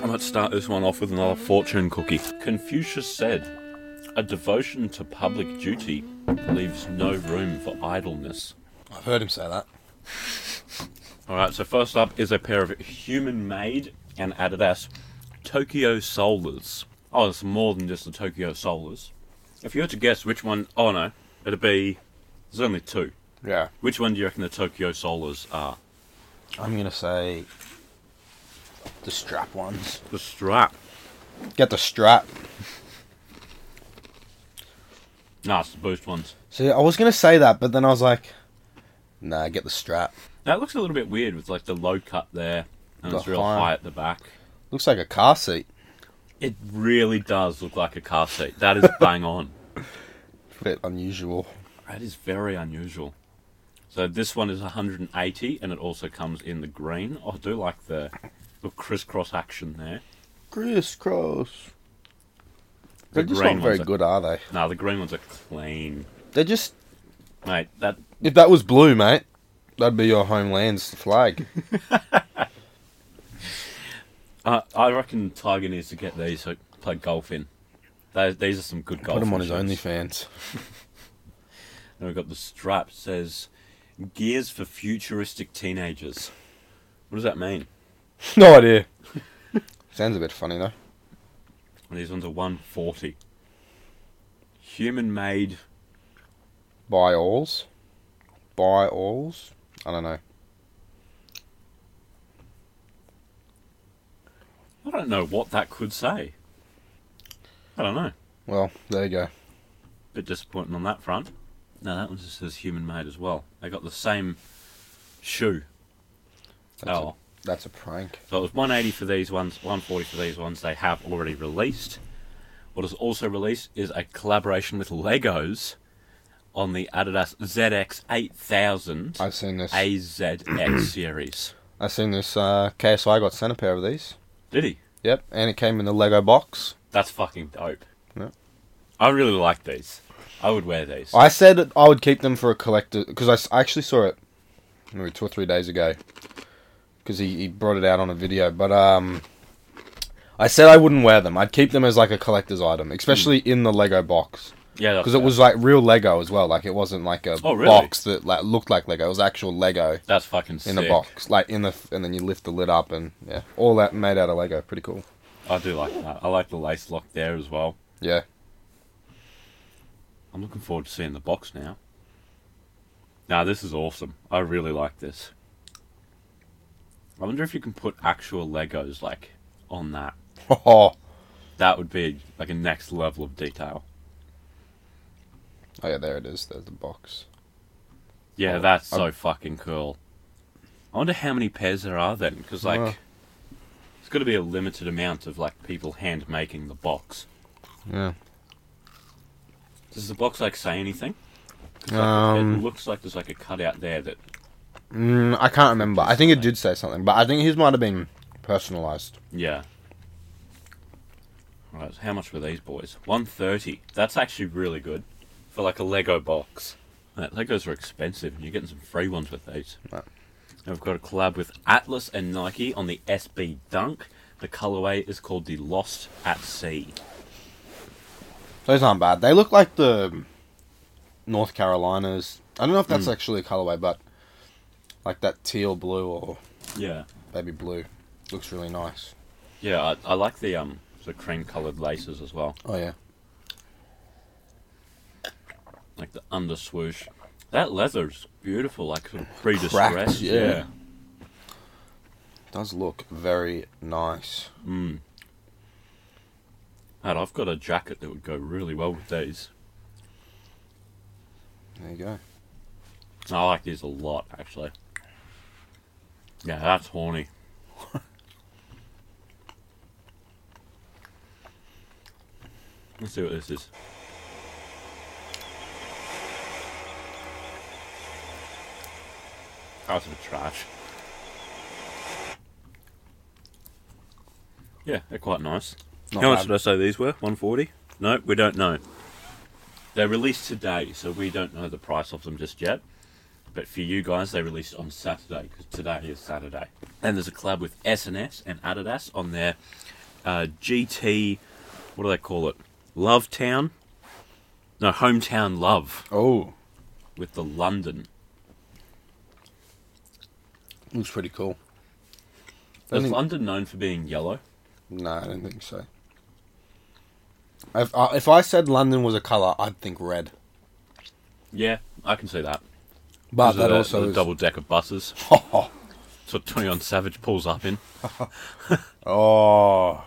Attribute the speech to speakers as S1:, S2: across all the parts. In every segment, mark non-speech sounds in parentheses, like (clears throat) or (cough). S1: I might start this one off with another fortune cookie. Confucius said, A devotion to public duty leaves no room for idleness.
S2: I've heard him say that.
S1: Alright, so first up is a pair of human made and Adidas Tokyo Solars. Oh, it's more than just the Tokyo Solars. If you had to guess which one, oh no, it'd be. There's only two.
S2: Yeah.
S1: Which one do you reckon the Tokyo Solars are?
S2: I'm going to say the strap ones.
S1: The strap.
S2: Get the strap.
S1: Nah, it's the boost ones.
S2: See, I was going to say that, but then I was like, nah, get the strap.
S1: That looks a little bit weird with like the low cut there and
S2: The
S1: it's real
S2: high.
S1: high at the back.
S2: Looks like a car seat.
S1: It really does look like a car seat. That is bang on. (laughs)
S2: Bit unusual.
S1: That is very unusual. So this one is 180 and it also comes in the green. Oh, I do like the little crisscross action there.
S2: Crisscross.
S1: The
S2: They're just
S1: green
S2: not very
S1: ones are-
S2: good, are they?
S1: Nah, the green ones are clean.
S2: They're just.
S1: Mate, that
S2: If that was blue, mate, that'd be your homeland's flag.
S1: I I reckon Tiger needs to get these to play golf in. They, these are some good golf.
S2: Put him on his
S1: shirts.
S2: OnlyFans.
S1: Then we've got the strap says Gears for Futuristic Teenagers. What does that mean?
S2: (laughs) no idea. Sounds a bit funny, though.
S1: And these ones are 140. Human made.
S2: Buy alls. Buy alls. I don't know.
S1: I don't know what that could say. I don't know.
S2: Well, there you go.
S1: Bit disappointing on that front. No, that one just says human made as well. They got the same shoe.
S2: That's,
S1: oh.
S2: a, that's a prank.
S1: So it was 180 for these ones, 140 for these ones. They have already released. What is also released is a collaboration with Legos on the Adidas ZX 8000
S2: I've seen this. I...
S1: AZX (clears throat) series.
S2: have seen this. Uh, KSI got sent a pair of these.
S1: Did he?
S2: Yep, and it came in the Lego box.
S1: That's fucking dope.
S2: Yeah.
S1: I really like these. I would wear these.
S2: I said that I would keep them for a collector because I, s- I actually saw it maybe two or three days ago because he, he brought it out on a video. But um, I said I wouldn't wear them. I'd keep them as like a collector's item, especially
S1: Hmm.
S2: in the Lego box
S1: yeah, that's
S2: because it
S1: fair.
S2: was like real Lego as well. Like it wasn't like a
S1: Oh, really?
S2: box that like, looked like Lego. It was actual Lego
S1: that's fucking
S2: in
S1: sick.
S2: a box, like in the f- and then you lift the lid up and yeah, all that made out of Lego. Pretty cool.
S1: I do like that. I like the lace lock there as well.
S2: Yeah, (laughs)
S1: I'm looking forward to seeing the box now. Now this is awesome. I really like this. I wonder if you can put actual Legos like on that.
S2: oh
S1: That would be like a next level of detail.
S2: yeah, there it is. There's the box.
S1: Yeah,
S2: Oh,
S1: that's
S2: I-
S1: so fucking cool. I wonder how many pairs there are then, because like,
S2: Yeah.
S1: it's got to be a limited amount of like people hand making the box.
S2: Yeah.
S1: Does the box like say anything? 'Cause, like,
S2: Um,
S1: it looks like there's like a cutout there that
S2: Mm, I can't remember. I think it
S1: something.
S2: did say something, but I think his might have been personalized.
S1: Yeah. Right, so how much were these boys? 130. That's actually really good for like a Lego box. Right, Legos are expensive and you're getting some free ones with these.
S2: Right.
S1: And we've got a collab with Atlas and Nike on the SB Dunk. The colorway is called the Lost at Sea.
S2: Those aren't bad. They look like the North Carolinas. I don't know if that's actually a colorway, but like that teal blue or
S1: Yeah.
S2: baby blue looks really nice.
S1: Yeah, I, I like the um the cream colored laces as well.
S2: Oh yeah,
S1: Like the under swoosh. That leather is beautiful, like sort of pre distressed.
S2: yeah. does look very nice.
S1: And I've got a jacket that would go really well with these.
S2: There you go.
S1: I like these a lot, actually. Yeah, that's horny. (laughs) Let's see what this is. Out of the trash. Yeah, they're quite nice.
S2: Not
S1: How much
S2: bad.
S1: did I say these were? 140? No, we don't know. They're released today, so we don't know the price of them just yet. But for you guys, they released on Saturday because today is Saturday. And there's a collab with S and S and Adidas on their uh, GT. What do they call it? Love Town. No, hometown love
S2: Oh,
S1: with the London.
S2: looks pretty cool.
S1: Is
S2: Doesn't-
S1: London known for being yellow?
S2: No, I don't think so. If I, if I said London was a color, I'd think red.
S1: Yeah, I can see that.
S2: But
S1: Those are
S2: that
S1: the-
S2: also
S1: the
S2: is
S1: double decker buses. That's what Twenty One Savage pulls up in.
S2: (laughs) Oh,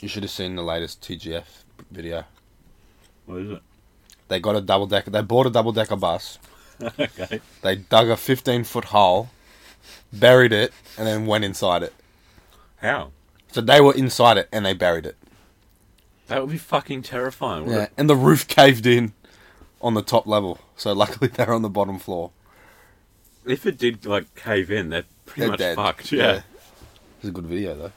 S2: you should have seen the latest TGF video.
S1: What is it?
S2: They got a double decker. They bought a double decker bus.
S1: okay.
S2: They dug a fifteen foot hole, buried it, and then went inside it.
S1: How?
S2: So they were inside it and they buried it.
S1: That would be fucking terrifying. wouldn't
S2: Yeah, and the roof caved in on the top level. So luckily (laughs) they're on the bottom floor.
S1: it? If it did like cave in, they're pretty
S2: They're
S1: much
S2: dead.
S1: fucked. Yeah.
S2: It was a good video though.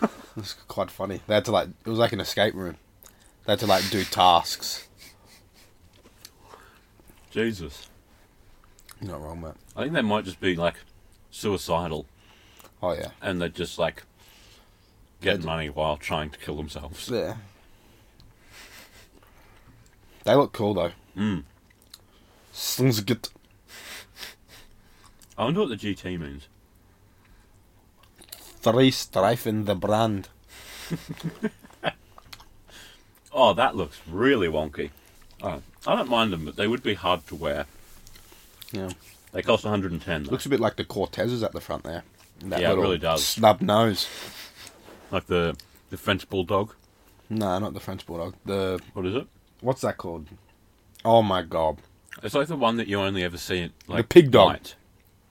S2: (laughs) it was quite funny. They had to like it was like an escape room. They had to like do tasks.
S1: Jesus.
S2: You're not wrong, mate.
S1: I think they might just be like suicidal,
S2: Oh yeah.
S1: and they just like get
S2: Dead.
S1: money while trying to kill themselves.
S2: Yeah. They look cool though.
S1: Mm.
S2: Sounds good.
S1: I wonder what the GT means.
S2: Three strife in the brand.
S1: Oh, that looks really wonky. Oh, I don't mind them, but they would be hard to wear.
S2: Yeah.
S1: They cost 110. Though.
S2: Looks a bit like the Cortezes at the front there. That
S1: Yeah, it
S2: little
S1: really does.
S2: Snub nose.
S1: like the the French bulldog.
S2: No, not the French bulldog. The
S1: What is it?
S2: what's that called? Oh my god.
S1: It's like the one that you only ever see in like
S2: The pig dog.
S1: night.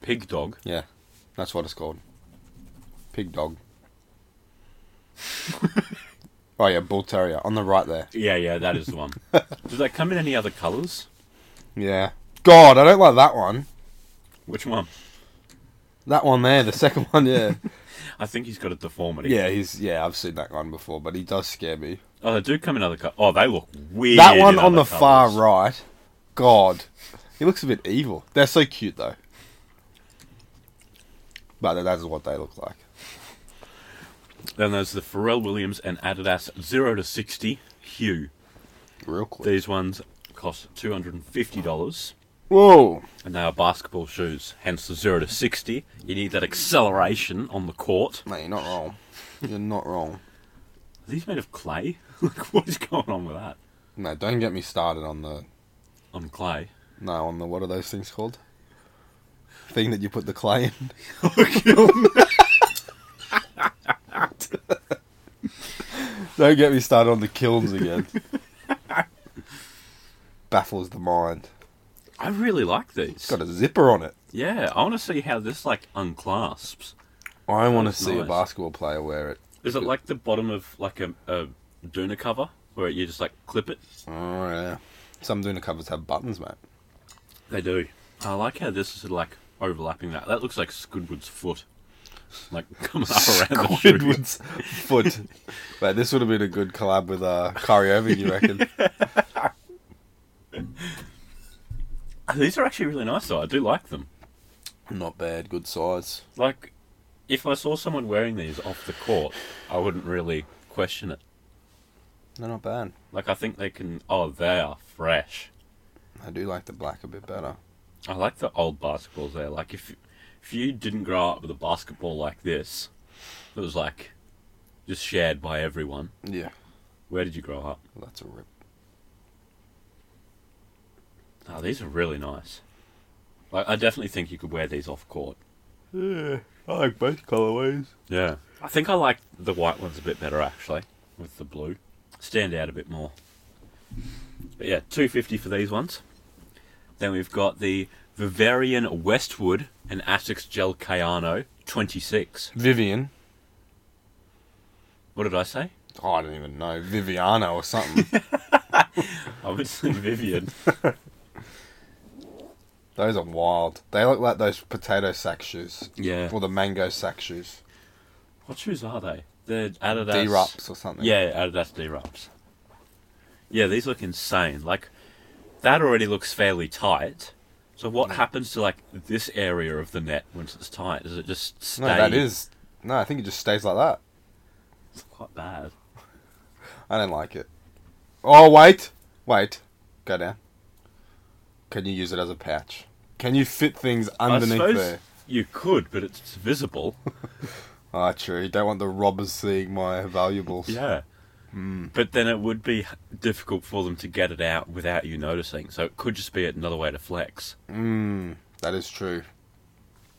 S1: Pig dog.
S2: Yeah, that's what it's called. Pig dog. oh yeah, bull terrier on the right there.
S1: Yeah, yeah, that is
S2: (laughs)
S1: the one. Does that come in any other colours?
S2: Yeah. God, I don't like that one.
S1: Which one?
S2: That one there, the second one. Yeah.
S1: I think he's got a deformity.
S2: yeah, he's yeah. I've seen that one before, but he does scare me.
S1: Oh, they do come in other colours. Oh, they look weird.
S2: That
S1: in
S2: one on
S1: other
S2: the far
S1: colours.
S2: right. God, he looks a bit evil. They're so cute though. But that is what they look like.
S1: Then there's the Pharrell Williams and Adidas 0 to 60 hue.
S2: Real quick.
S1: These ones cost $250
S2: Whoa.
S1: and they are basketball shoes, hence the 0 to 60. You need that acceleration on the court.
S2: Mate, you're not wrong. You're not wrong.
S1: Are these made of clay? (laughs) like, what is going on with that?
S2: No, don't get me started on the
S1: On clay.
S2: no on the what are those things called? Thing that you put the clay (laughs) in. Oh, Don't get me started on the kilns again. Baffles the mind.
S1: I really like
S2: It's
S1: these.
S2: got a zipper on it.
S1: Yeah, I want to see how this like unclasps.
S2: I want to
S1: That's
S2: see a
S1: nice.
S2: basketball player wear it.
S1: Is it like the bottom of like a, a Duna cover where you just like clip it?
S2: Oh yeah. Some doing covers have buttons, (laughs) mate.
S1: They do. I like how this is like overlapping that. That looks like Squidward's foot, like (laughs) coming
S2: (laughs)
S1: up around the shoe.
S2: Squidward's foot. Mate, this would have been a good collab with uh, Kyrie Irving, you reckon?
S1: Ah, These are actually really nice though. I do like them.
S2: (laughs) Not bad. Good size.
S1: Like, if I saw someone wearing these off the court, I wouldn't really question it.
S2: They're not bad.
S1: Like, I think they can. Oh, they are fresh.
S2: I do like the black a bit better.
S1: I like the old basketballs there. Like if if you didn't grow up with a basketball like this, that was like just shared by everyone.
S2: Yeah.
S1: Where did you grow up?
S2: That's a rip.
S1: Oh, these are really nice. Like I definitely think you could wear these off court.
S2: Yeah. I like both colorways.
S1: Yeah. I think I like the white ones a bit better actually, with the blue. Stand out a bit more. But yeah, two fifty for these ones. Then we've got the Vivarian Westwood and Asics Gel Cayano twenty six.
S2: Vivian.
S1: What did I say?
S2: Oh, I don't even know. Viviana or (laughs) something.
S1: I would say (laughs) Vivian.
S2: those are wild. They look like those potato sack shoes.
S1: Yeah.
S2: Or the mango sack shoes.
S1: What shoes are they? They're Adidas.
S2: D-Rups or something.
S1: Yeah, Adidas D-Rups. Yeah, these look insane. Like, that already looks fairly tight. So what happens to, like, this area of the net once it's tight? Does it just stay?
S2: No, that is. No, I think it just stays like that.
S1: It's quite bad.
S2: I don't like it. Oh wait, wait, go down. Can you use it as a pouch? Can you fit things underneath
S1: I suppose
S2: there?
S1: you could, but it's
S2: (laughs)
S1: visible.
S2: Ah, true. You don't want the robbers seeing my valuables.
S1: (laughs) Yeah.
S2: Hmm.
S1: But then it would be difficult for them to get it out without you noticing. So it could just be another way to flex.
S2: Mm, that is true.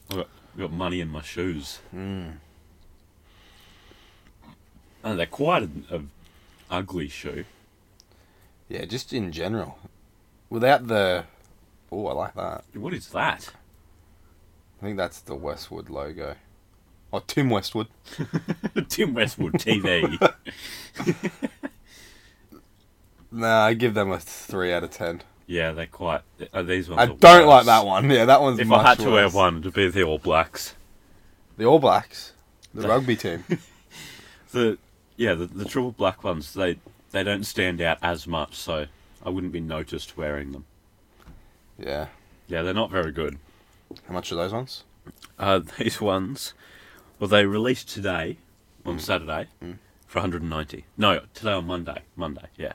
S1: I've got, I've got money in my shoes.
S2: Mm.
S1: And they're quite an a ugly shoe.
S2: Yeah, just in general, without the. Oh, I like that.
S1: What is that? (laughs)
S2: I think that's the Westwood logo. Oh, Tim Westwood.
S1: Tim
S2: (laughs)
S1: Westwood TV.
S2: Nah, I give them a three out of ten.
S1: yeah, they're quite. Uh, these ones
S2: I
S1: are
S2: don't like
S1: worse.
S2: that one. Yeah, that one's.
S1: If
S2: much
S1: I had to wear
S2: worse.
S1: one, it'd be the All Blacks.
S2: the All Blacks, the
S1: (laughs) The-
S2: rugby team.
S1: The yeah, the, the triple black ones. They they don't stand out as much, so I wouldn't be noticed wearing them.
S2: Yeah,
S1: Yeah, they're not very good.
S2: how much are those ones?
S1: Uh, (laughs) these ones, well, they released today
S2: Mm.
S1: on Saturday for 190. No, today on Monday. Monday, yeah,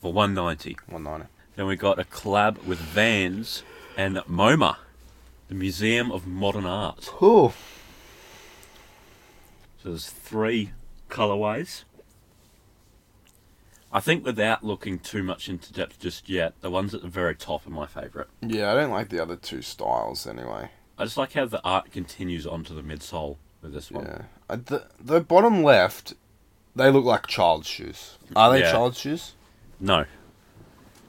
S1: for 190.
S2: One ninety.
S1: Then we got a collab with Vans and MoMA, the Museum of Modern Art.
S2: Cool.
S1: So there's three colorways. I think without looking too much into depth just yet, the ones at the very top are my favourite.
S2: Yeah, I don't like the other two styles anyway.
S1: I just like how the art continues onto the midsole with this one.
S2: Yeah, I, the the bottom left, they look like child's shoes. Are they
S1: Yeah.
S2: child's shoes?
S1: No.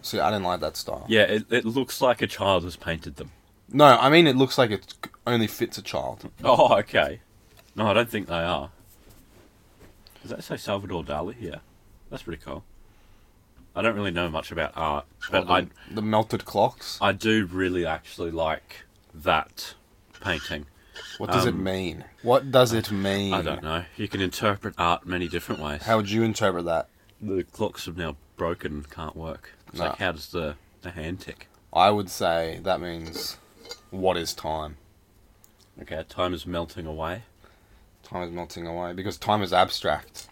S2: See, I didn't like that style.
S1: Yeah, it, it looks like a child has painted them.
S2: No, I mean it looks like it only fits a child.
S1: Oh, okay. No, I don't think they are. Does that say Salvador Dali? Yeah. That's pretty cool. I don't really know much about art, but
S2: Or
S1: I,
S2: the, the melted clocks.
S1: I do really actually like that painting.
S2: What does it
S1: Um,
S2: mean? What does it mean?
S1: I don't know. You can interpret art many different ways.
S2: How would you interpret that?
S1: the clocks have now broken and can't work. It's
S2: No.
S1: like, how does the, the hand tick?
S2: I would say that means what is time?
S1: Okay, time is melting away.
S2: Time is melting away because time is abstract.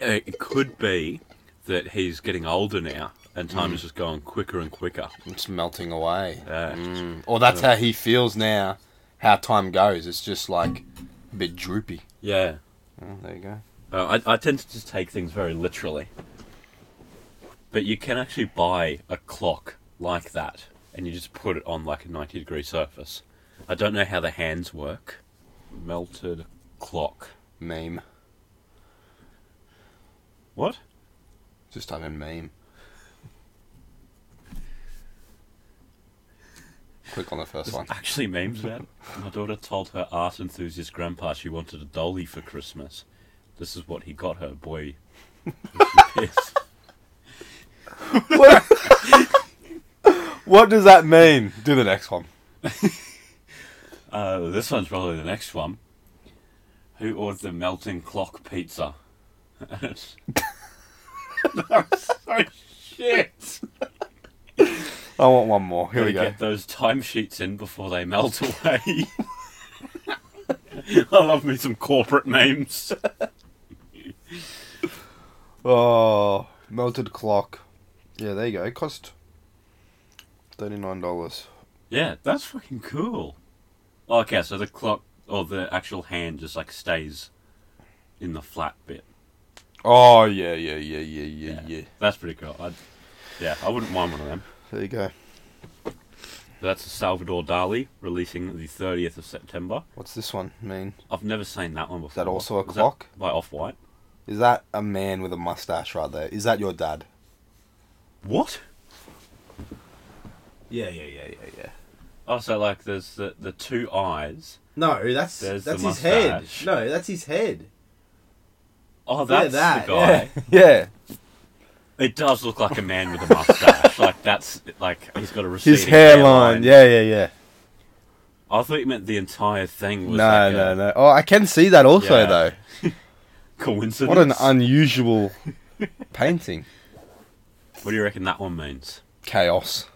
S1: Uh, It could be that he's getting older now and time is just going quicker and quicker.
S2: It's melting away.
S1: Uh,
S2: Mm. Or that's how he feels now, how time goes. It's just like a bit droopy.
S1: Yeah.
S2: Oh, there you go.
S1: Uh, I, I tend to just take things very literally. But you can actually buy a clock like that and you just put it on like a 90 degree surface. I don't know how the hands work. Melted clock.
S2: Meme.
S1: What?
S2: Just type in meme. Click on the first one.
S1: Actually, memes about it. My daughter told her art enthusiast grandpa she wanted a dolly for Christmas. This is what he got her, boy. Yes.
S2: What does that mean? Do the next one.
S1: Uh, this one's probably the next one. Who ordered the melting clock pizza? (laughs) That's so shit.
S2: I want one more. Here we
S1: Gotta
S2: go.
S1: Get those timesheets in before they melt away. (laughs) I love me some corporate memes.
S2: Oh, melted clock. Yeah, there you go. It cost thirty-nine dollars.
S1: Yeah, that's fucking cool. Oh, Okay, so the clock or the actual hand just like stays in the flat bit.
S2: Oh yeah, yeah, yeah, yeah, yeah, yeah.
S1: That's pretty cool. I'd, yeah, I wouldn't mind one of them.
S2: There you go.
S1: That's Salvador Dali releasing the 30th of September.
S2: What's this one mean?
S1: I've never seen that one before.
S2: Is that also a
S1: Was that
S2: clock?
S1: by Off White.
S2: Is that a man with a mustache right there? Is that your dad?
S1: What?
S2: Yeah, yeah, yeah, yeah, yeah.
S1: Also, Oh, like, there's the, the two eyes.
S3: No, that's
S1: There's
S3: that's
S1: the
S3: his head.
S1: mustache.
S3: No, that's his head.
S1: Oh, that's
S3: that,
S1: the guy.
S2: (laughs) Yeah,
S1: It does look like a man with a mustache. like, that's, like, he's got a receding
S2: his hairline. Yeah, yeah, yeah.
S1: I thought you meant the entire thing
S2: No,
S1: was like
S2: no,
S1: a
S2: no. Oh, I can see that also
S1: Yeah.
S2: though.
S1: coincidence.
S2: What an unusual painting.
S1: What do you reckon that one means?
S2: Chaos.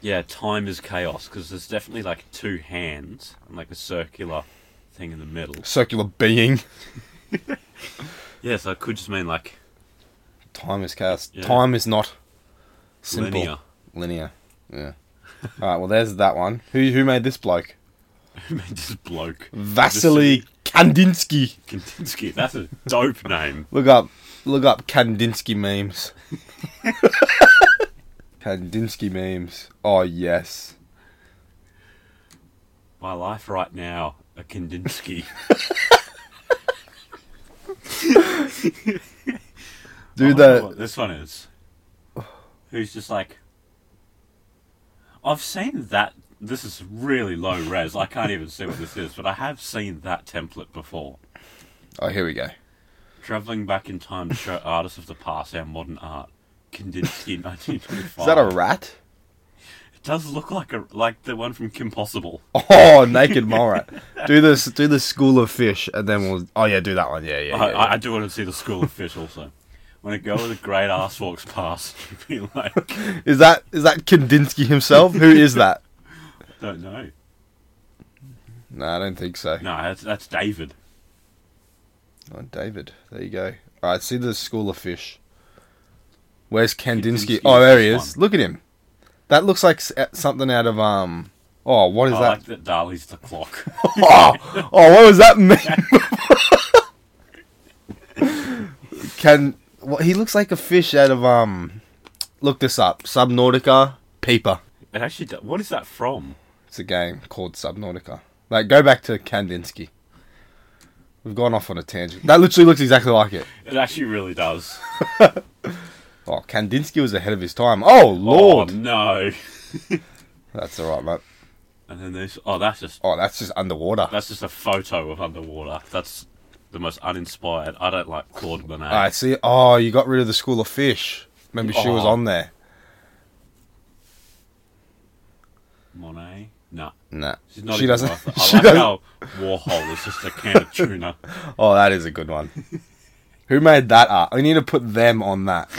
S1: Yeah, time is chaos because there's definitely like two hands and like a circular thing in the middle.
S2: Circular being.
S1: Yeah, so it could just mean like
S2: Time is chaos.
S1: Yeah.
S2: Time is not simple.
S1: Linear.
S2: Linear. Yeah. (laughs) All right. Well, there's that one. Who who made this bloke?
S1: (laughs) Who made this bloke?
S2: Vasily Kandinsky.
S1: Kandinsky. That's a dope name.
S2: Look up. Look up Kandinsky memes. (laughs) Kandinsky memes. Oh yes.
S1: My life right now,
S2: (laughs)
S1: a Kandinsky. I
S2: Dude,
S1: wonder
S2: that
S1: what Oh, this one is. Who's just like, I've seen that. This is really low res. I can't even see what this is, but I have seen that template before.
S2: Oh, here we go.
S1: Traveling back in time to show artists of the past our modern art. Kandinsky, (laughs) 1925.
S2: Is that a rat?
S1: It does look like a like the one from Kim Possible.
S2: Oh,
S1: (laughs)
S2: naked mole rat. Do this. Do the school of fish, and then we'll. Oh yeah, do that one. Yeah, yeah.
S1: I,
S2: yeah,
S1: I, I do want to see the school of fish also. When a girl with a great ass walks past, (laughs) you'd be like,
S2: yeah. Is that is that Kandinsky himself? Who is
S1: (laughs)
S2: that?
S1: don't know.
S2: No, I don't think so.
S1: No, that's, that's David.
S2: Oh, David. There you go. All right, see the school of fish. Where's Kandinsky?
S1: Kandinsky
S2: Oh, there he
S1: is
S2: is. Look at him. That looks like s- uh, something out of um. Oh, what is
S1: I
S2: that?
S1: like that Dali's the clock.
S2: oh, oh, what was that mean? Can what he looks like a fish out of um. Look this up. Subnautica Peeper.
S1: (laughs) It actually, do- what is that from?
S2: It's a game called Subnautica. Like, go back to Kandinsky. We've gone off on a tangent. That literally looks exactly like it.
S1: It actually really does.
S2: Oh, Kandinsky was ahead of his time. Oh, Lord.
S1: Oh, no.
S2: That's all right, mate.
S1: And then there's oh, that's just
S2: Oh, that's just underwater.
S1: that's just a photo of underwater. That's the most uninspired. I don't like Claude Monet.
S2: All right, see? Oh, you got rid of the school of fish. Maybe she was
S1: Oh.
S2: on there.
S1: Monet, no,
S2: Nah.
S1: she's not.
S2: she
S1: even
S2: doesn't.
S1: worth it.
S2: (laughs)
S1: I
S2: she
S1: like
S2: doesn't.
S1: how Warhol is just a can of tuna.
S2: Oh, that is a good one. Who made that art? We need to put them on that.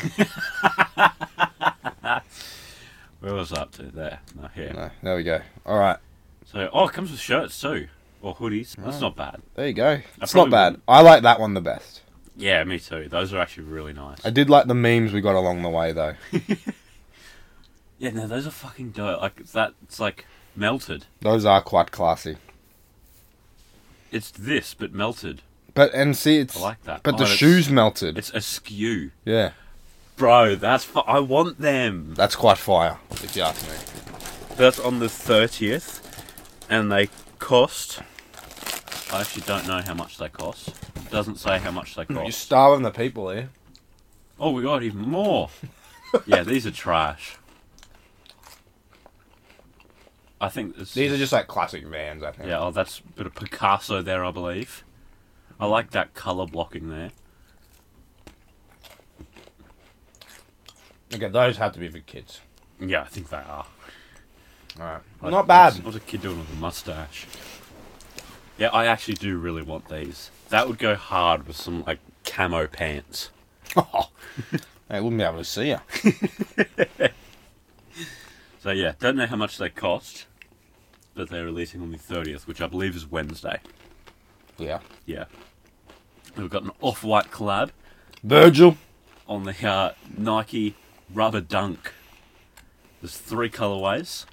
S1: Where was I up to? There, no, here.
S2: No, there we go. All right.
S1: So, oh, it comes with shirts too, or hoodies. That's not bad.
S2: There you go. It's
S1: probably
S2: not bad.
S1: wouldn't.
S2: I like that one the best.
S1: Yeah, me too. Those are actually really nice.
S2: I did like the memes we got along the way, though.
S1: Yeah, no, those are fucking dope. Like that, it's like melted.
S2: Those are quite classy.
S1: It's this, but melted.
S2: But, and see, it's.
S1: I like that.
S2: But
S1: Oh,
S2: the
S1: it's-
S2: shoes melted.
S1: It's askew.
S2: Yeah.
S1: Bro, that's fu- I want them.
S2: That's quite fire, if you ask me.
S1: That's on the thirtieth, and they cost. I actually don't know how much they cost. It doesn't say how much they
S2: You're
S1: cost.
S2: starving the people here.
S1: Oh, we got even
S2: (laughs)
S1: more. yeah, these are trash. I think this
S2: These are just like classic vans, I think.
S1: Yeah, oh, that's a bit of Picasso there, I believe. I like that color blocking there.
S2: Okay, those have to be for kids.
S1: Yeah, I think they are.
S2: All right.
S1: Like,
S2: Not bad.
S1: What's a kid doing with a mustache? Yeah, I actually do really want these. That would go hard with some like camo pants.
S2: (laughs) They wouldn't be able to see you.
S1: So yeah, don't know how much they cost, but they're releasing on the thirtieth, which I believe is Wednesday.
S2: Yeah.
S1: Yeah, we've got an off-white collab
S2: Virgil.
S1: on the uh, Nike Rubber Dunk. There's three colorways.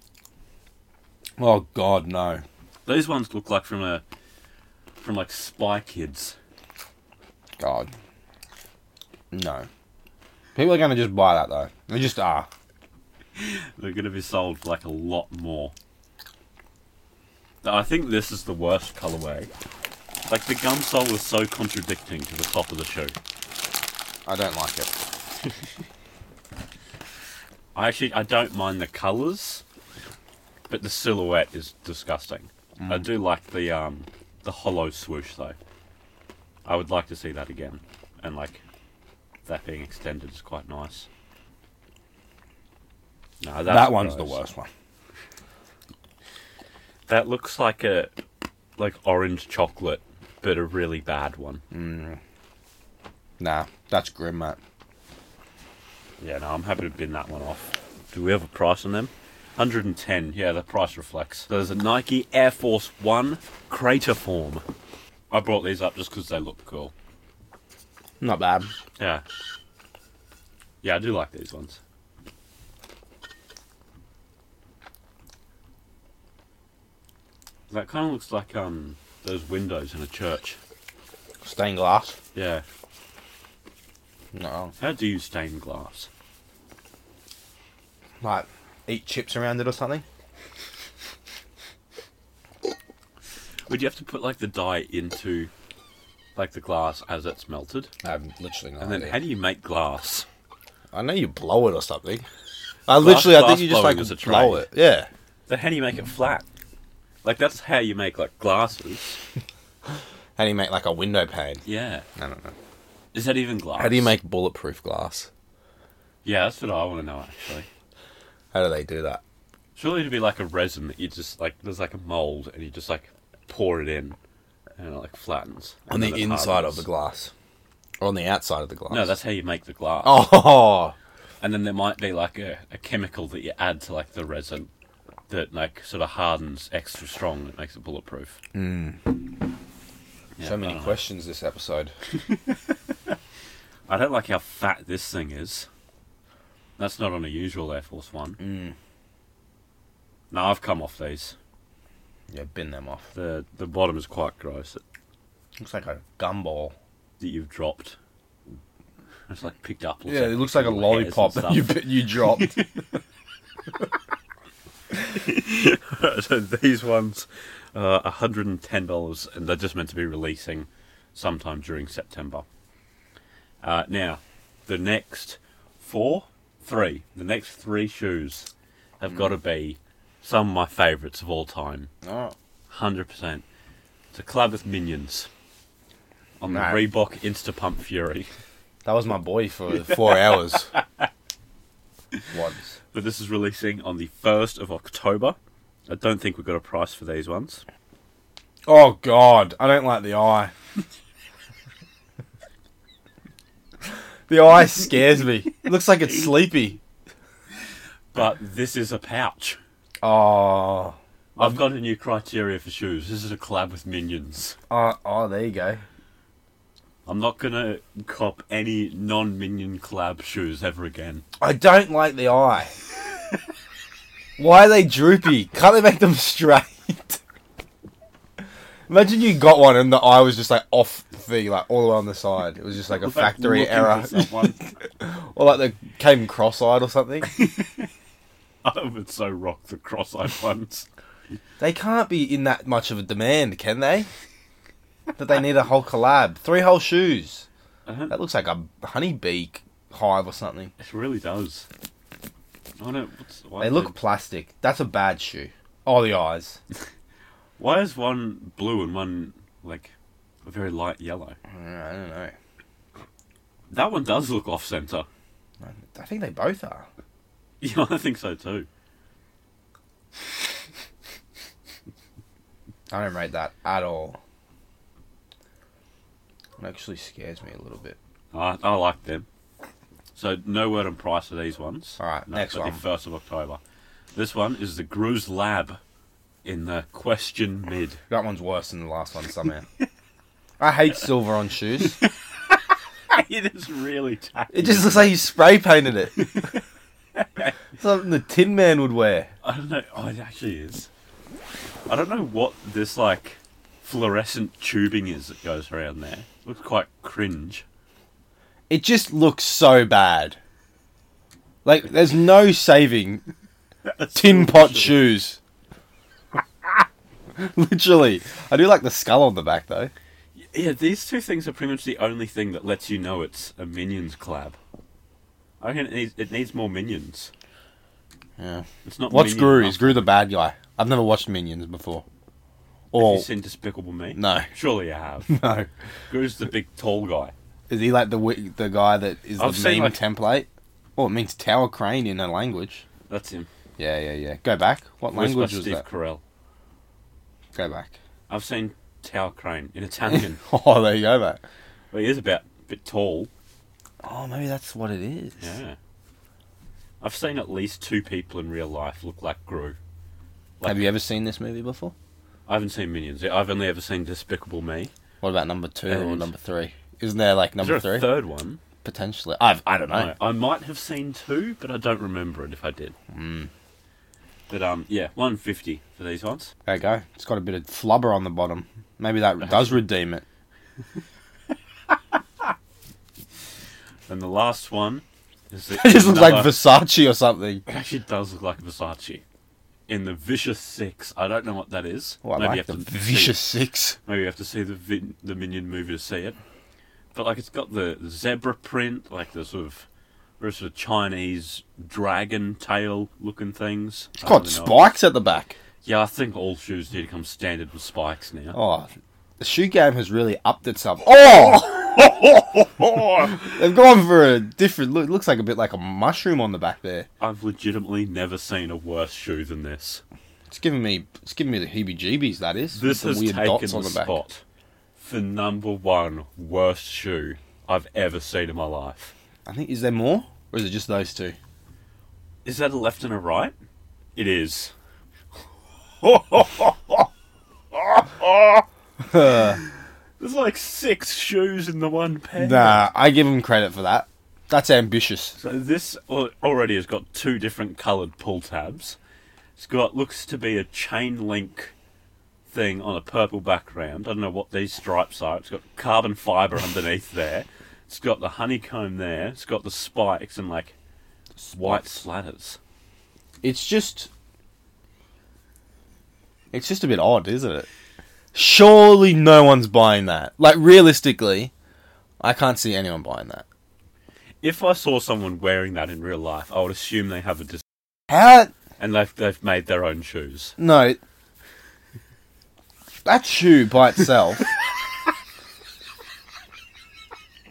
S2: Oh, God, no.
S1: These ones look like from a from like Spy Kids.
S2: God. No. People are going to just buy that, though. They just are.
S1: They're going to be sold for like a lot more. I think this is the worst colorway. Like the gum sole is so contradicting to the top of the shoe.
S2: I don't like it.
S1: I actually I don't mind the colors, but the silhouette is disgusting. I
S2: Mm.
S1: do like the um the hollow swoosh though. I would like to see that again, and like that being extended is quite nice. No, that's
S2: that one's the
S1: gross.
S2: worst one.
S1: That looks like a like orange chocolate, but a really bad one.
S2: Nah, that's grim, mate.
S1: Yeah, no, I'm happy to bin that one off. Do we have a price on them? 110. Yeah, the price reflects. There's a Nike Air Force One Crater Form. I brought these up just because they look cool.
S2: Not bad.
S1: Yeah. Yeah, I do like these ones. That kind of looks like um those windows in a church.
S2: Stained glass?
S1: Yeah.
S2: No.
S1: How do you stain glass?
S2: Like, eat chips around it or something?
S1: Would you have to put like the dye into like the glass as it's melted?
S2: I have literally no
S1: And then how do you make glass?
S2: I know you blow it or something. I literally, I
S1: glass
S2: think you just
S1: blowing
S2: like
S1: is a
S2: blow
S1: trade.
S2: it. Yeah.
S1: Then how do you make it flat? Like that's how you make like glasses.
S2: How do you make like a window pane?
S1: Yeah.
S2: I don't know.
S1: Is that even glass?
S2: How do you make bulletproof glass?
S1: Yeah, that's what I want to know actually.
S2: How do they do that?
S1: Surely it'd be like a resin that you just like there's like a mold and you just like pour it in and it like flattens.
S2: On
S1: and
S2: the
S1: then it
S2: inside of
S1: hardens.
S2: the glass, or on the outside of the glass?
S1: No, that's how you make the glass.
S2: oh. (laughs)
S1: And then there might be like a, a chemical that you add to like the resin that like sort of hardens extra strong that makes it bulletproof.
S2: Hmm.
S1: Yeah,
S2: so
S1: I
S2: many
S1: don't know.
S2: questions this episode.
S1: I don't like how fat this thing is. That's not on a usual Air Force One.
S2: Mm.
S1: No, I've come off these.
S2: Yeah, bin them off.
S1: The the bottom is quite gross that,
S2: Looks like a gumball.
S1: that you've dropped. It's like picked up.
S2: Yeah, it looks like a lollipop (laughs) that you you (laughs) dropped.
S1: (laughs) so these ones are $110 and they're just meant to be releasing sometime during September. Uh, now, the next four, three, the next three shoes have got to be some of my favourites of all time.
S2: oh,
S1: 100%. It's a collab with Minions on the
S2: No.
S1: Reebok Instapump Fury. (laughs)
S2: that was my boy for (laughs) four hours. Once.
S1: But this is releasing on the 1st of October. I don't think we've got a price for these ones.
S2: Oh God, I don't like the (laughs) eye. the eye scares me. It looks like it's sleepy.
S1: But this is a pouch.
S2: Oh,
S1: I've got a new criteria for shoes. This is a collab with Minions.
S2: oh, oh there you go.
S1: I'm not gonna cop any non-Minion collab shoes ever again.
S2: I don't like the eye. Why are they droopy? Can't they make them straight? Imagine you got one and the eye was just like off the like all the way on the side. It was just like a
S1: Like,
S2: factory
S1: looking
S2: error,
S1: for someone. (laughs)
S2: or like they came cross-eyed or something.
S1: I would so rock the cross-eyed ones.
S2: They can't be in that much of a demand, can they? that they need a whole collab, three whole shoes.
S1: I don't-
S2: That looks like a honeybee hive or something.
S1: It really does. I don't. What's, why
S2: They
S1: is
S2: look
S1: it-
S2: plastic. That's a bad shoe. Oh, the eyes.
S1: Why is one blue and one like a very light yellow?
S2: I don't know.
S1: That one does look off-center. (laughs)
S2: I think they both are.
S1: Yeah, I think so too.
S2: I don't rate that at all. It actually scares me a little bit.
S1: I, I like them. So no word on price for these ones.
S2: All right, next one.
S1: First of October. This one is the Gru's Lab in the question
S2: (laughs)
S1: mid.
S2: That one's worse than the last one somehow. I (laughs) hate silver on shoes.
S1: it is really tacky.
S2: It just looks like you spray painted it. (laughs) Something the Tin Man would wear.
S1: I don't know. Oh, it actually is. I don't know what this like fluorescent tubing is that goes around there. looks quite cringe.
S2: It just looks so bad. Like there's no saving tin pot shoes. (laughs) Literally, I do like the skull on the back though.
S1: Yeah, these two things are pretty much the only thing that lets you know it's a minions collab. I reckon it needs, it needs more minions.
S2: Yeah.
S1: It's not.
S2: What's
S1: Minion
S2: Gru?
S1: enough.
S2: Is Gru the bad guy? I've never watched Minions before.
S1: Have
S2: Or
S1: you seen Despicable Me?
S2: no, (laughs)
S1: Surely you have.
S2: no.
S1: Gru's the big tall guy.
S2: Is he like the wi- the guy that is
S1: I've
S2: the
S1: seen,
S2: meme
S1: like-
S2: template? Oh, it means tower crane in a language.
S1: That's him.
S2: Yeah, yeah, yeah. Go back. What
S1: Voiced by
S2: language was
S1: Steve
S2: that?
S1: Carell.
S2: Go (laughs) back.
S1: I've seen Tower Crane
S2: (laughs)
S1: in Italian.
S2: oh, there you go, back.
S1: but he is about a bit tall.
S2: Oh, maybe that's what it is.
S1: Yeah. I've seen at least two people in real life look like Gru.
S2: Have you ever seen this movie before?
S1: I haven't seen Minions. I've only ever seen Despicable Me.
S2: What about number two or
S1: And-
S2: number three? Isn't there like number
S1: is
S2: three?
S1: there a third one?
S2: potentially. I've I don't know.
S1: I, I might have seen two, but I don't remember it if I did.
S2: Hmm.
S1: But um, yeah, one fifty for these ones.
S2: There you go. It's got a bit of flubber on the bottom. Maybe that does redeem it.
S1: And the last one
S2: (laughs)
S1: is the,
S2: It (laughs) just looks like
S1: another-
S2: Versace or something.
S1: It actually does look like Versace. In the Vicious Six, I don't know what that is.
S2: Oh, I
S1: maybe
S2: like
S1: you
S2: the
S1: have to
S2: vicious
S1: See,
S2: six.
S1: maybe you have to see the vin- the Minion movie to see it. But like, it's got the zebra print, like the sort of, very sort of Chinese dragon tail looking things.
S2: It's got spikes at the back.
S1: Yeah, I think all shoes need to come standard with spikes now.
S2: Oh, the shoe game has really upped itself. (laughs) Oh, (laughs) they've gone for a different look. Looks like a bit like a mushroom on the back there.
S1: I've legitimately never seen a worse shoe than this.
S2: It's giving me, it's giving me the heebie-jeebies. That is.
S1: This
S2: The
S1: has taken the, spot for number one worst shoe I've ever seen in my life.
S2: I think. Is there more, or is it just those two?
S1: Is that a left and a right? It is. There's like six shoes in the one pair.
S2: Nah, I give them credit for that. That's ambitious.
S1: So this al- already has got two different coloured pull tabs. It's got looks to be a chain link thing on a purple background. I don't know what these stripes are. It's got carbon fibre (laughs) underneath there. It's got the honeycomb there. It's got the spikes and like white slatters.
S2: It's just, it's just a bit odd, isn't it? Surely no one's buying that. Like realistically, I can't see anyone buying that.
S1: If I saw someone wearing that in real life, I would assume they have a dis-
S2: How?
S1: and they've they've made their own shoes.
S2: No. That shoe by (laughs) itself.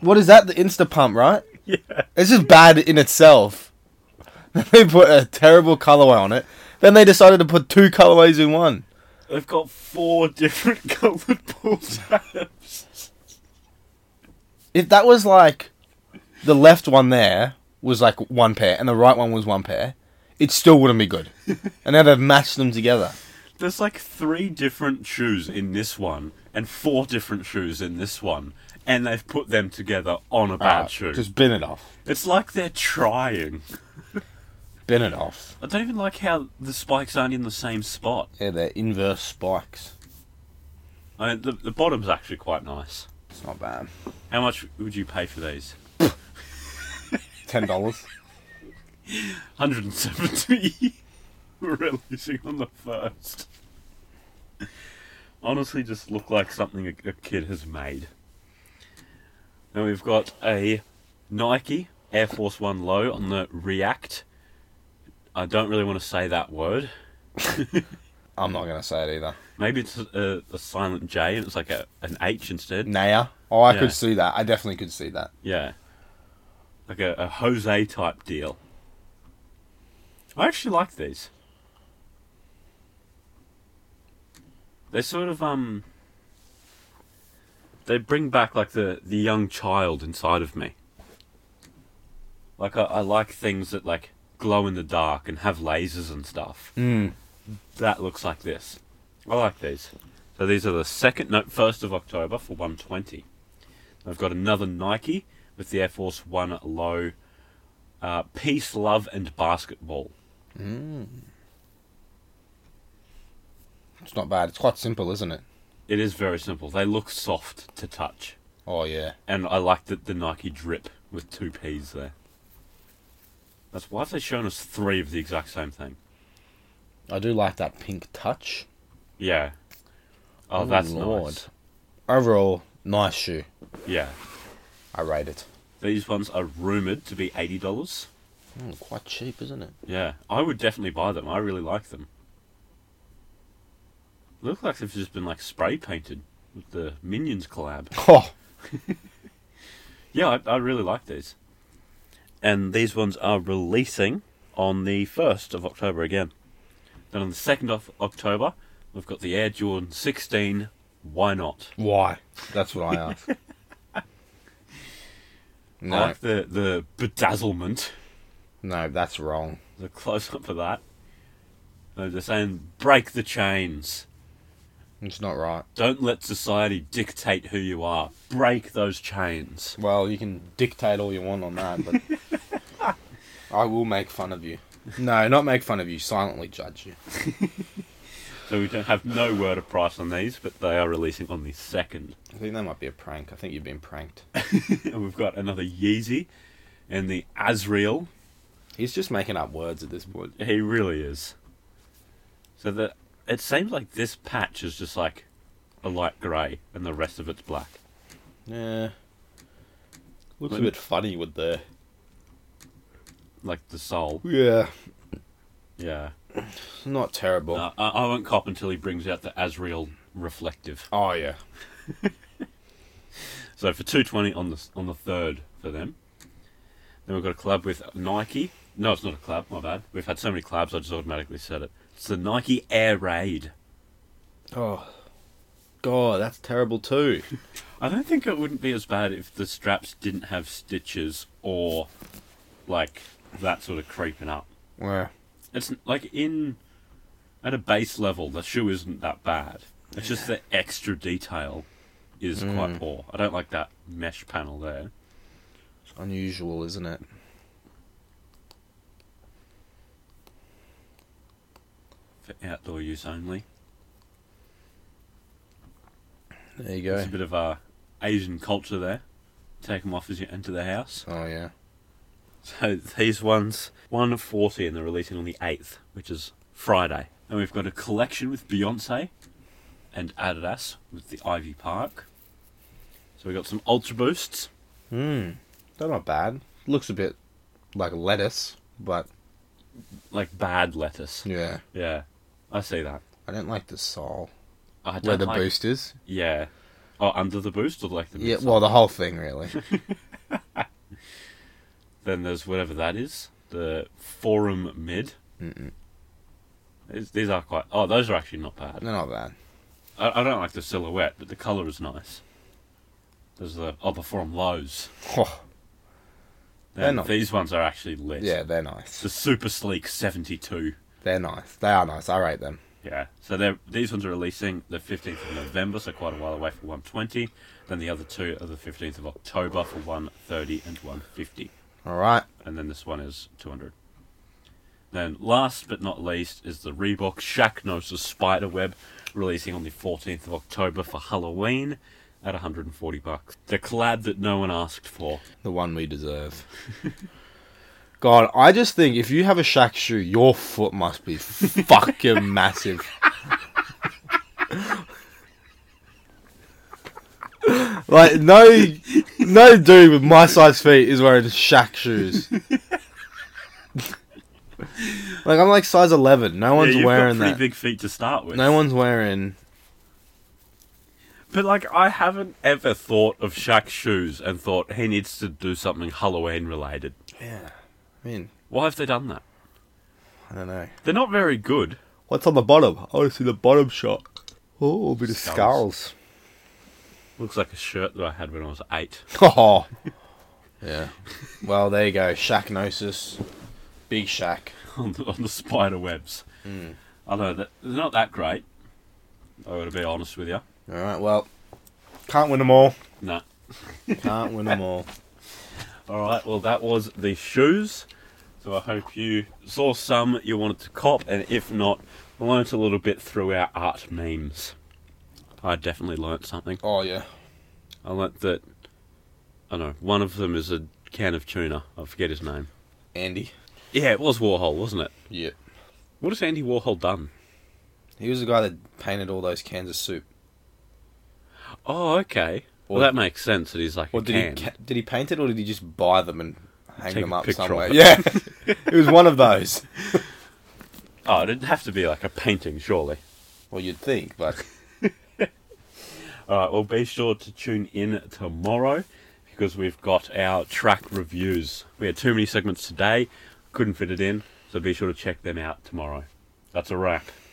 S2: what is that? The Insta Pump, right?
S1: Yeah.
S2: It's just bad in itself. (laughs) they put a terrible colorway on it. Then they decided to put two colorways in one.
S1: They've got four (laughs) different coloured pull tabs.
S2: If that was like the left one there was like one pair and the right one was one pair, it still wouldn't be (laughs) good. and now they've matched them together.
S1: There's like three different shoes in this one, and four different shoes in this one, and they've put them together on a bad
S2: Ah,
S1: shoe.
S2: Just bin it off.
S1: It's like they're trying.
S2: Bin it off.
S1: I don't even like how the spikes aren't in the same spot.
S2: Yeah, they're inverse spikes.
S1: I mean, the, the bottom's actually quite nice.
S2: It's not bad.
S1: How much would you pay for these?
S2: Ten dollars.
S1: (laughs) 170 releasing on the first. Honestly, just look like something a, a kid has made. Now we've got a Nike Air Force One Low on the React. I don't really want to say that word.
S2: (laughs)
S1: (laughs)
S2: I'm not gonna say it either.
S1: Maybe it's a, a silent J and it's like a, an H instead.
S2: Naya. Oh, I
S1: Yeah.
S2: could see that. I definitely could see that.
S1: Yeah. Like a, a Jose type deal. I actually like these. They sort of um they bring back like the, the young child inside of me. Like I, I like things that like glow in the dark and have lasers and stuff.
S2: Mm.
S1: That looks like this. I like these. So these are the second no first of October for one twenty. I've got another Nike with the Air Force One Low. Uh, peace, love, and basketball.
S2: It's not bad. It's quite simple, isn't it?
S1: It is very simple. They look soft to touch,
S2: Oh yeah.
S1: and I like that the Nike drip with two P's there. That's why have they shown us three of the exact same thing?
S2: I do like that pink touch.
S1: Yeah. Oh, that's
S2: Lord.
S1: nice.
S2: Overall, nice shoe.
S1: Yeah.
S2: I rate it.
S1: These ones are rumored to be eighty dollars.
S2: Mm, quite cheap, isn't it?
S1: Yeah, I would definitely buy them. I really like them. Look like they've just been like spray painted with the Minions collab.
S2: Oh,
S1: Yeah, I, I really like these. And these ones are releasing on the 1st of October again. Then on the 2nd of October, we've got the Air Jordan 16. Why not?
S2: why? That's what I
S1: (laughs)
S2: ask.
S1: I
S2: no,
S1: like the, the bedazzlement,
S2: no, that's wrong.
S1: the (laughs) close up of that. Uh, They're saying break the chains.
S2: It's not right.
S1: Don't let society dictate who you are. Break those chains.
S2: Well, you can dictate all you want on that, but
S1: (laughs)
S2: I will make fun of you. No, not make fun of you. Silently judge you.
S1: So we don't have no word of price on these, but they are releasing on the second. (laughs)
S2: I think that might be a prank. I think you've been pranked.
S1: And we've got another Yeezy and the Azriel.
S2: He's just making up words at this point.
S1: He really is. So the it seems like this patch is just like a light grey and the rest of it's black.
S2: Yeah. Looks
S1: Like-
S2: a bit funny with the.
S1: Like the soul.
S2: Yeah.
S1: Yeah.
S2: Not terrible.
S1: Uh, I, I won't cop until he brings out the Azriel reflective.
S2: Oh yeah.
S1: So for two twenty on the s- on the third for them. Then we've got a collab with Nike. No, it's not a collab. My bad. We've had so many collabs, I just automatically said it. It's the Nike Air Raid.
S2: Oh. God, that's terrible
S1: (laughs)
S2: too.
S1: I don't think it wouldn't be as bad if the straps didn't have stitches or like that sort of creeping up.
S2: Where?
S1: It's like in at a base level, the shoe isn't that bad. It's just the extra detail is quite poor. I don't like that mesh panel there.
S2: It's unusual, isn't it?
S1: For outdoor use only.
S2: There you
S1: There's a bit of uh, Asian culture there. Take them off as you enter the house.
S2: Oh yeah.
S1: So these ones, 140, and they're releasing on the 8th, which is Friday. And we've got a collection with Beyonce and Adidas with the Ivy Park. So we've got some Ultra Boosts.
S2: Hmm. They're not bad. Looks a bit like lettuce, but
S1: like bad lettuce.
S2: yeah.
S1: Yeah, I see that.
S2: I don't like the sole.
S1: I
S2: Where the
S1: like-
S2: boost is?
S1: Yeah. Oh, under the boost or like the
S2: Yeah,
S1: midsole?
S2: well, the whole thing
S1: (laughs)
S2: really.
S1: Then there's whatever that is, the forum mid.
S2: Mm-mm.
S1: These, these are quite. Oh, those are actually not bad.
S2: They're not bad.
S1: I, I don't like the silhouette, but the color is nice. There's the oh the forum lows.
S2: Oh, They're
S1: And
S2: not-
S1: These ones are actually lit.
S2: yeah, they're nice.
S1: The super sleek seventy two.
S2: They're nice. They are nice. I rate them.
S1: Yeah. So they're, these ones are releasing the 15th of November, so quite a while away for 120. Then the other two are the 15th of October for 130 and 150.
S2: All right.
S1: And then this one is 200. Then last but not least is the Reebok Shacknosis Spider Web, releasing on the 14th of October for Halloween at 140 bucks. The collab that no one asked for.
S2: The one we deserve. God, I just think if you have a Shaq shoe, your foot must be (laughs) fucking massive. like no, no dude with my size feet is wearing Shaq shoes. like I'm like size eleven. No one's
S1: yeah, you've
S2: wearing
S1: got pretty
S2: that.
S1: big feet to start with.
S2: No one's wearing.
S1: But like, I haven't ever thought of Shaq's shoes and thought he needs to do something Halloween related.
S2: Yeah, I mean,
S1: Why have they done that?
S2: I don't know.
S1: They're not very good.
S2: What's on the bottom? I want to see the bottom shot. Oh, a bit of
S1: Skulls.
S2: skulls.
S1: Looks like a shirt that I had when I was eight.
S2: Oh. (laughs) yeah. Well, there you go. Shacknosis. Big shack.
S1: on the, on the spider webs.
S2: Hmm.
S1: I know that they're not that great. I got to be honest with you.
S2: All right. Well, can't win them all.
S1: Nah.
S2: Can't win them all.
S1: All right. Well, that was the shoes. So I hope you saw some you wanted to cop, and if not, learnt a little bit through our art memes. I definitely learnt something.
S2: (laughs) Oh yeah.
S1: I learnt that. I know one of them is a can of tuna. I forget his name.
S2: Andy.
S1: Yeah, it was Warhol, wasn't it?
S2: Yeah.
S1: What has Andy Warhol done?
S2: He was the guy that painted all those cans of soup.
S1: Oh, okay. Well,
S2: Or-
S1: that makes sense. That he's like
S2: Or
S1: a
S2: did
S1: can.
S2: he ca- did he paint it or did he just buy them and hang
S1: Take
S2: them
S1: a
S2: up
S1: picture of
S2: somewhere?
S1: it.
S2: Yeah. (laughs) it was one of (laughs) those.
S1: Oh, it'd have to be like a painting, surely.
S2: Well, you'd think, but
S1: All right, well, be sure to tune in tomorrow because we've got our track reviews. We had too many segments today, couldn't fit it in, so be sure to check them out tomorrow. That's a wrap.